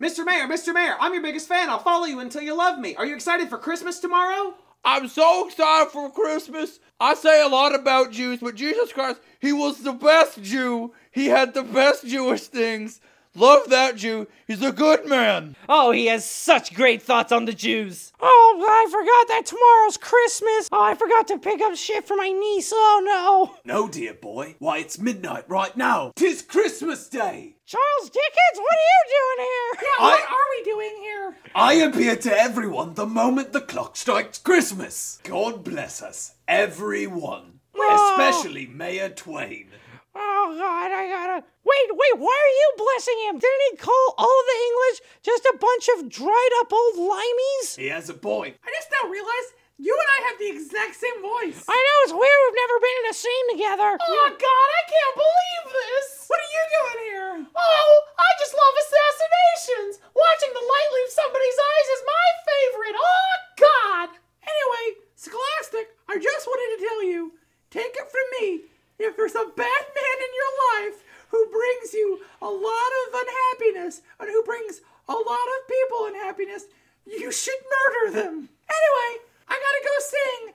Mr. Mayor, Mr. Mayor, I'm your biggest fan. I'll follow you until you love me. Are you excited for Christmas tomorrow? I'm so excited for Christmas. I say a lot about Jews, but Jesus Christ, he was the best Jew. He had the best Jewish things. Love that Jew. He's a good man. Oh, he has such great thoughts on the Jews. Oh, I forgot that tomorrow's Christmas. Oh, I forgot to pick up shit for my niece. Oh, no. No, dear boy. Why, it's midnight right now. Tis Christmas Day. Charles Dickens, what are you doing here? I- are we doing here? I appear to everyone the moment the clock strikes Christmas. God bless us, everyone. Especially Mayor Twain. Oh, God, I gotta. Wait, wait, why are you blessing him? Didn't he call all of the English just a bunch of dried up old limeys? He has a point. I just now realized you and I have the exact same voice. I know, it's weird we've never been in a scene together. Oh God, I can't believe this. What are you doing here? Oh, I just love assassinations. Watching the light leave somebody's eyes is my favorite. Oh God. Anyway, Scholastic, I just wanted to tell you, take it from me, if there's a bad man in your life who brings you a lot of unhappiness and who brings a lot of people unhappiness, you should murder them. Anyway, I gotta go sing.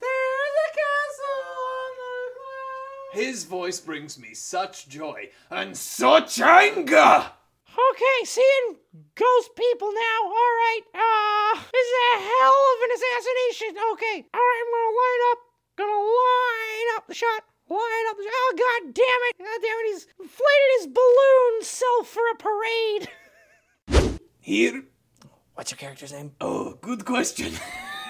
There's a castle on the cloud. His voice brings me such joy and such anger. Okay, seeing ghost people now. All right. Uh, this is a hell of an assassination. Okay. All right, I'm gonna line up. Gonna line up the shot. Line up the shot. Oh, god damn it. God damn it. He's inflated his balloon self for a parade. Here? What's your character's name? Oh, good question.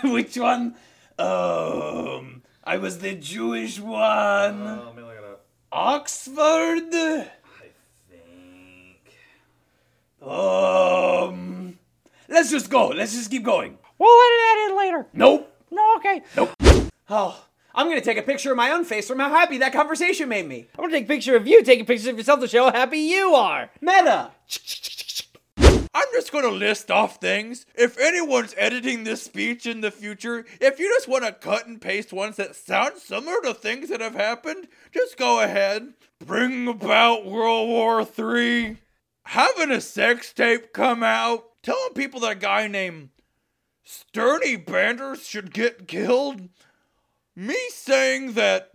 Which one? Um, I was the Jewish one. Uh, let me look it up. Oxford? I think. Um, let's just go. Let's just keep going. We'll edit that in later. Nope. No, okay. Oh, I'm gonna take a picture of my own face from how happy that conversation made me. I'm gonna take a picture of you taking pictures of yourself to show how happy you are. Meta. I'm just gonna list off things. If anyone's editing this speech in the future, if you just wanna cut and paste ones that sound similar to things that have happened, just go ahead. Bring about World War III. Having a sex tape come out. Telling people that a guy named Sturdy Banders should get killed. Me saying that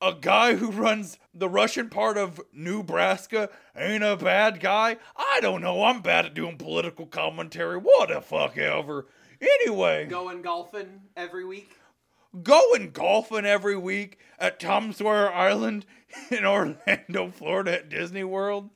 a guy who runs the Russian part of Nebraska ain't a bad guy? I don't know. I'm bad at doing political commentary. What the fuck ever. Anyway, Going golfing every week. going golfing every week at Tom Sawyer Island in Orlando, Florida at Disney World.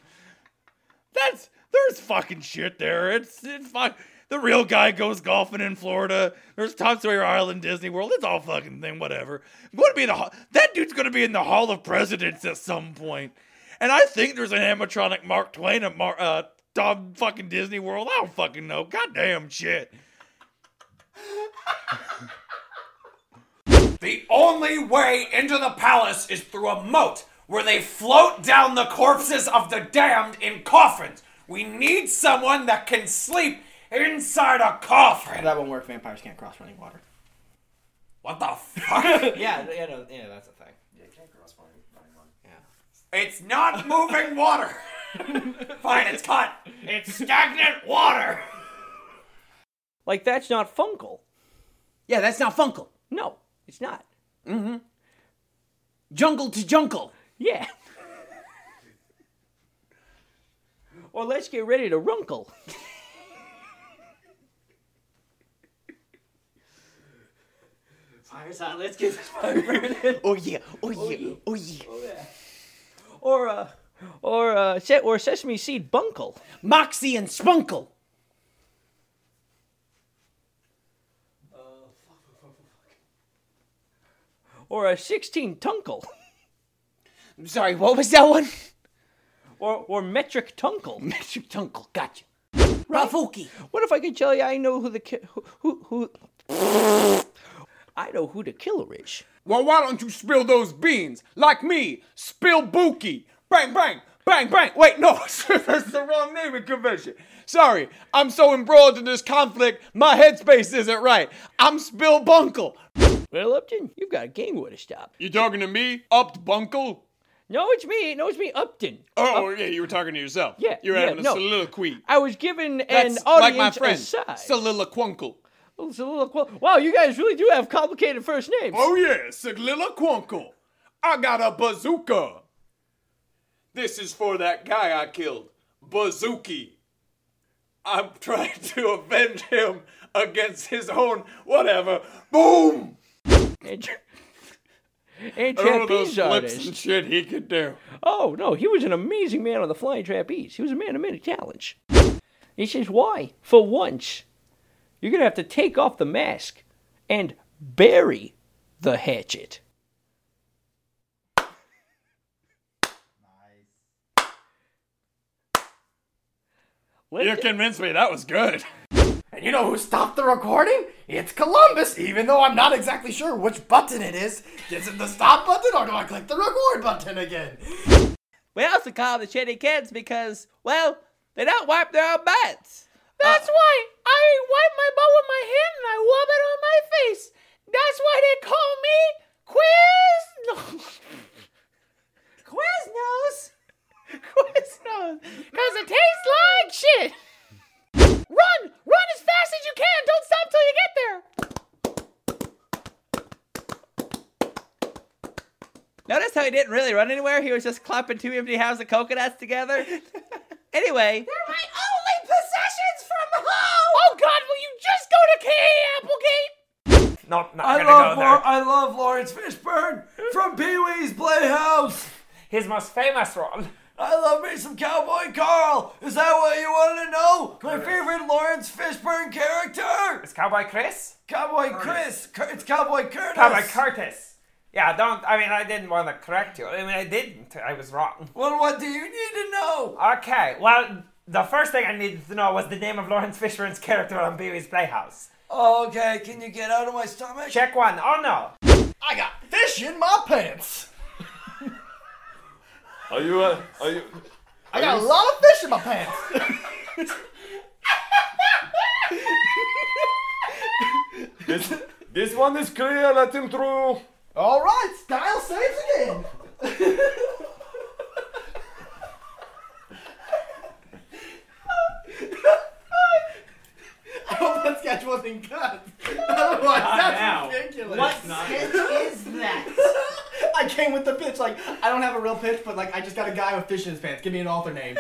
That's there's fucking shit there. It's it's fuck. The real guy goes golfing in Florida. There's Tom Sawyer Island, Disney World. It's all fucking thing, whatever. I'm going to be in the ho- that dude's going to be in the Hall of Presidents at some point. And I think there's an animatronic Mark Twain at Mar- uh, Tom fucking Disney World. I don't fucking know. Goddamn shit. The only way into the palace is through a moat where they float down the corpses of the damned in coffins. We need someone that can sleep inside a coffin. That won't work. Vampires can't cross running water. What the fuck? Yeah, yeah, no, yeah that's a thing. it's not moving water. Fine, it's cut. It's stagnant water. Like that's not Funkle. Yeah, that's not Funkle. No, it's not. Jungle to jungle. Yeah. or let's get ready to runkle. Fire's hot. Let's get this fire burning. Oh yeah, oh yeah, oh yeah. or uh, or uh, se- or sesame seed bunkle. Moxie and Spunkle. Or a sixteen tunkle. I'm sorry, what was that one? Or or metric tunkle. Metric Tunkle, gotcha. Rafuki. What if I could tell you I know who the ki- who who. who I know who the killer is. Well, why don't you spill those beans? Like me, spill Buki. Bang, bang, bang, bang. Wait, no, that's the wrong naming convention. Sorry, I'm so embroiled in this conflict, my headspace isn't right. I'm Spill Bunkle. Well, Upton, you've got a gang war to stop. You talking to me, upped Bunkle? No, it's me. No, it's me. Upton. Oh, yeah, you were talking to yourself. Yeah, you were yeah, having a no. soliloquy. I was given That's an audience like my friend, aside. soliloquunkle. Oh, soliloqu- wow, you guys really do have complicated first names. Oh yeah, soliloquunkle. I got a bazooka. This is for that guy I killed, Bazooki. I'm trying to avenge him against his own whatever. Boom! And, and All those trapeze flips artist. and shit he could do. Oh no, he was an amazing man on the flying trapeze. He was a man of many talents. He says, "Why? For once, you're gonna have to take off the mask and bury the hatchet." Let You the- convinced me that was good. And you know who stopped the recording? It's Columbus, even though I'm not exactly sure which button it is. Is it the stop button or do I click the record button again? We also call them the shitty kids because, well, they don't wipe their own butts. Uh, That's why I wipe my butt with my hand and I rub it on my face. That's why they call me Quiznos. Quiznos? Quiznos. Because it tastes like shit. Run! Run as fast as you can! Don't stop till you get there! Notice how he didn't really run anywhere. He was just clapping two empty halves of coconuts together. anyway, They're my only possessions from home! Oh god, will you just go to K.A. Applegate? No, not I gonna love, go there. Lau- I love Lawrence Fishburne from Pee Wee's Playhouse. His most famous role. I love me some Cowboy Carl. Is that what you wanted to know? My favorite Lawrence Fishburne character, It's Cowboy Chris? Cowboy Chris. Cur- It's Cowboy Curtis. Cowboy Curtis. Yeah, don't. I mean, I didn't want to correct you. I mean, I didn't. I was wrong. Well, what do you need to know? Okay, well, the first thing I needed to know was the name of Lawrence Fishburne's character on Pee Wee's Playhouse. Oh, Okay, can you get out of my stomach? Check one. Oh no. I got fish in my pants. Are you? Uh, are you? I got a lot of fish in my pants. This, this one is clear. Let him through. All right, style saves again. I hope that sketch wasn't cut. Otherwise, that's now. ridiculous. not- is that? I came with the pitch. Like, I don't have a real pitch, but like, I just got a guy with fish in his pants. Give me an author name.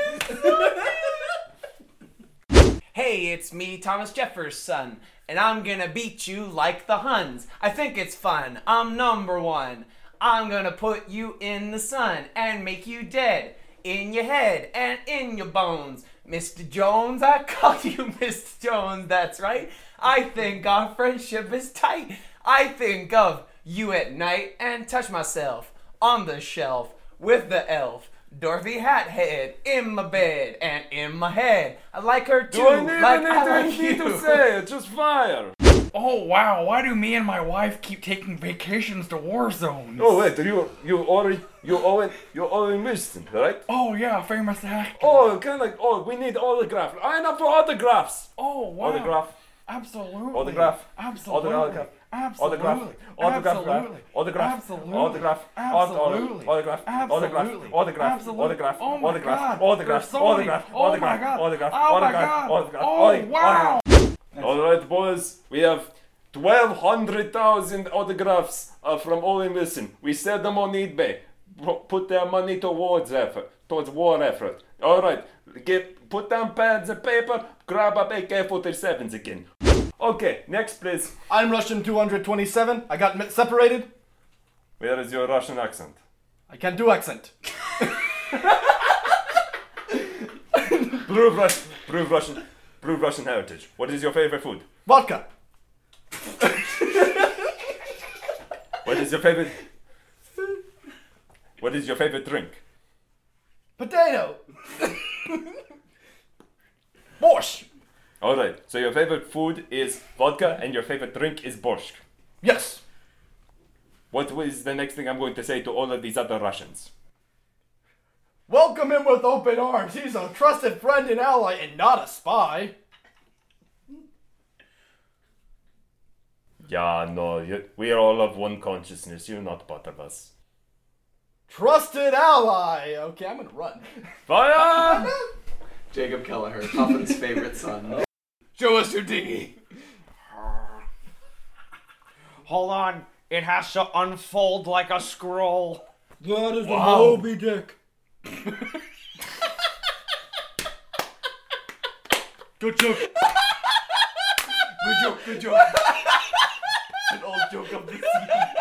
Hey, it's me, Thomas Jefferson, and I'm gonna beat you like the Huns. I think it's fun. I'm number one. I'm gonna put you in the sun and make you dead in your head and in your bones. Mr. Jones, I call you Mr. Jones, that's right. I think our friendship is tight. I think of you at night and touch myself on the shelf with the elf. Dorothy Hathead in my bed and in my head. I like her too. Do I need like anything I like he you. to say? It's just fire. Oh wow, why do me and my wife keep taking vacations to war zones? Oh wait, you you already you already you already missed him, right? Oh yeah, famous hack. Oh, kind of like oh, we need autograph. I'm up for autographs. Oh wow. Autograph. Absolutely. Autograph. Absolutely. Autograph. Absolutely. Autograph. Autograph. uh, Absolutely. Autograph. Absolutely. Autograph. Absolutely. Autograph. Autograph. Absolutely. Autograph. Absolutely. Autograph. Oh my Autograph. God. Autograph. There's so many. Autograph. Oh my Autograph. God. Autograph. Oh my Autograph. God. Autograph. Oh, Autograph. wow. All right, boys, we have 1,200,000 autographs uh, from Ole Wilson. We sell them on eBay. P- put their money towards effort, towards war effort. All right, get put down pads and paper. Grab up AK-47s again. Okay, next please. I'm Russian 227. I got mi- separated. Where is your Russian accent? I can't do accent. Prove Russian. Prove Russian. Prove Russian heritage. What is your favorite food? Vodka. What is your favorite? What is your favorite drink? Potato. Borscht. All right. So your favorite food is vodka, and your favorite drink is borscht. Yes. What is the next thing I'm going to say to all of these other Russians? Welcome him with open arms. He's a trusted friend and ally and not a spy. Yeah, no, you, we are all of one consciousness. You're not part of us. Trusted ally. Okay, I'm gonna run. Fire! Jacob Kelleher, Puffin's favorite son. Show us your dinghy. Hold on. It has to unfold like a scroll. That is the Moby Dick. Good joke. Good joke, good joke. An old joke of the sea.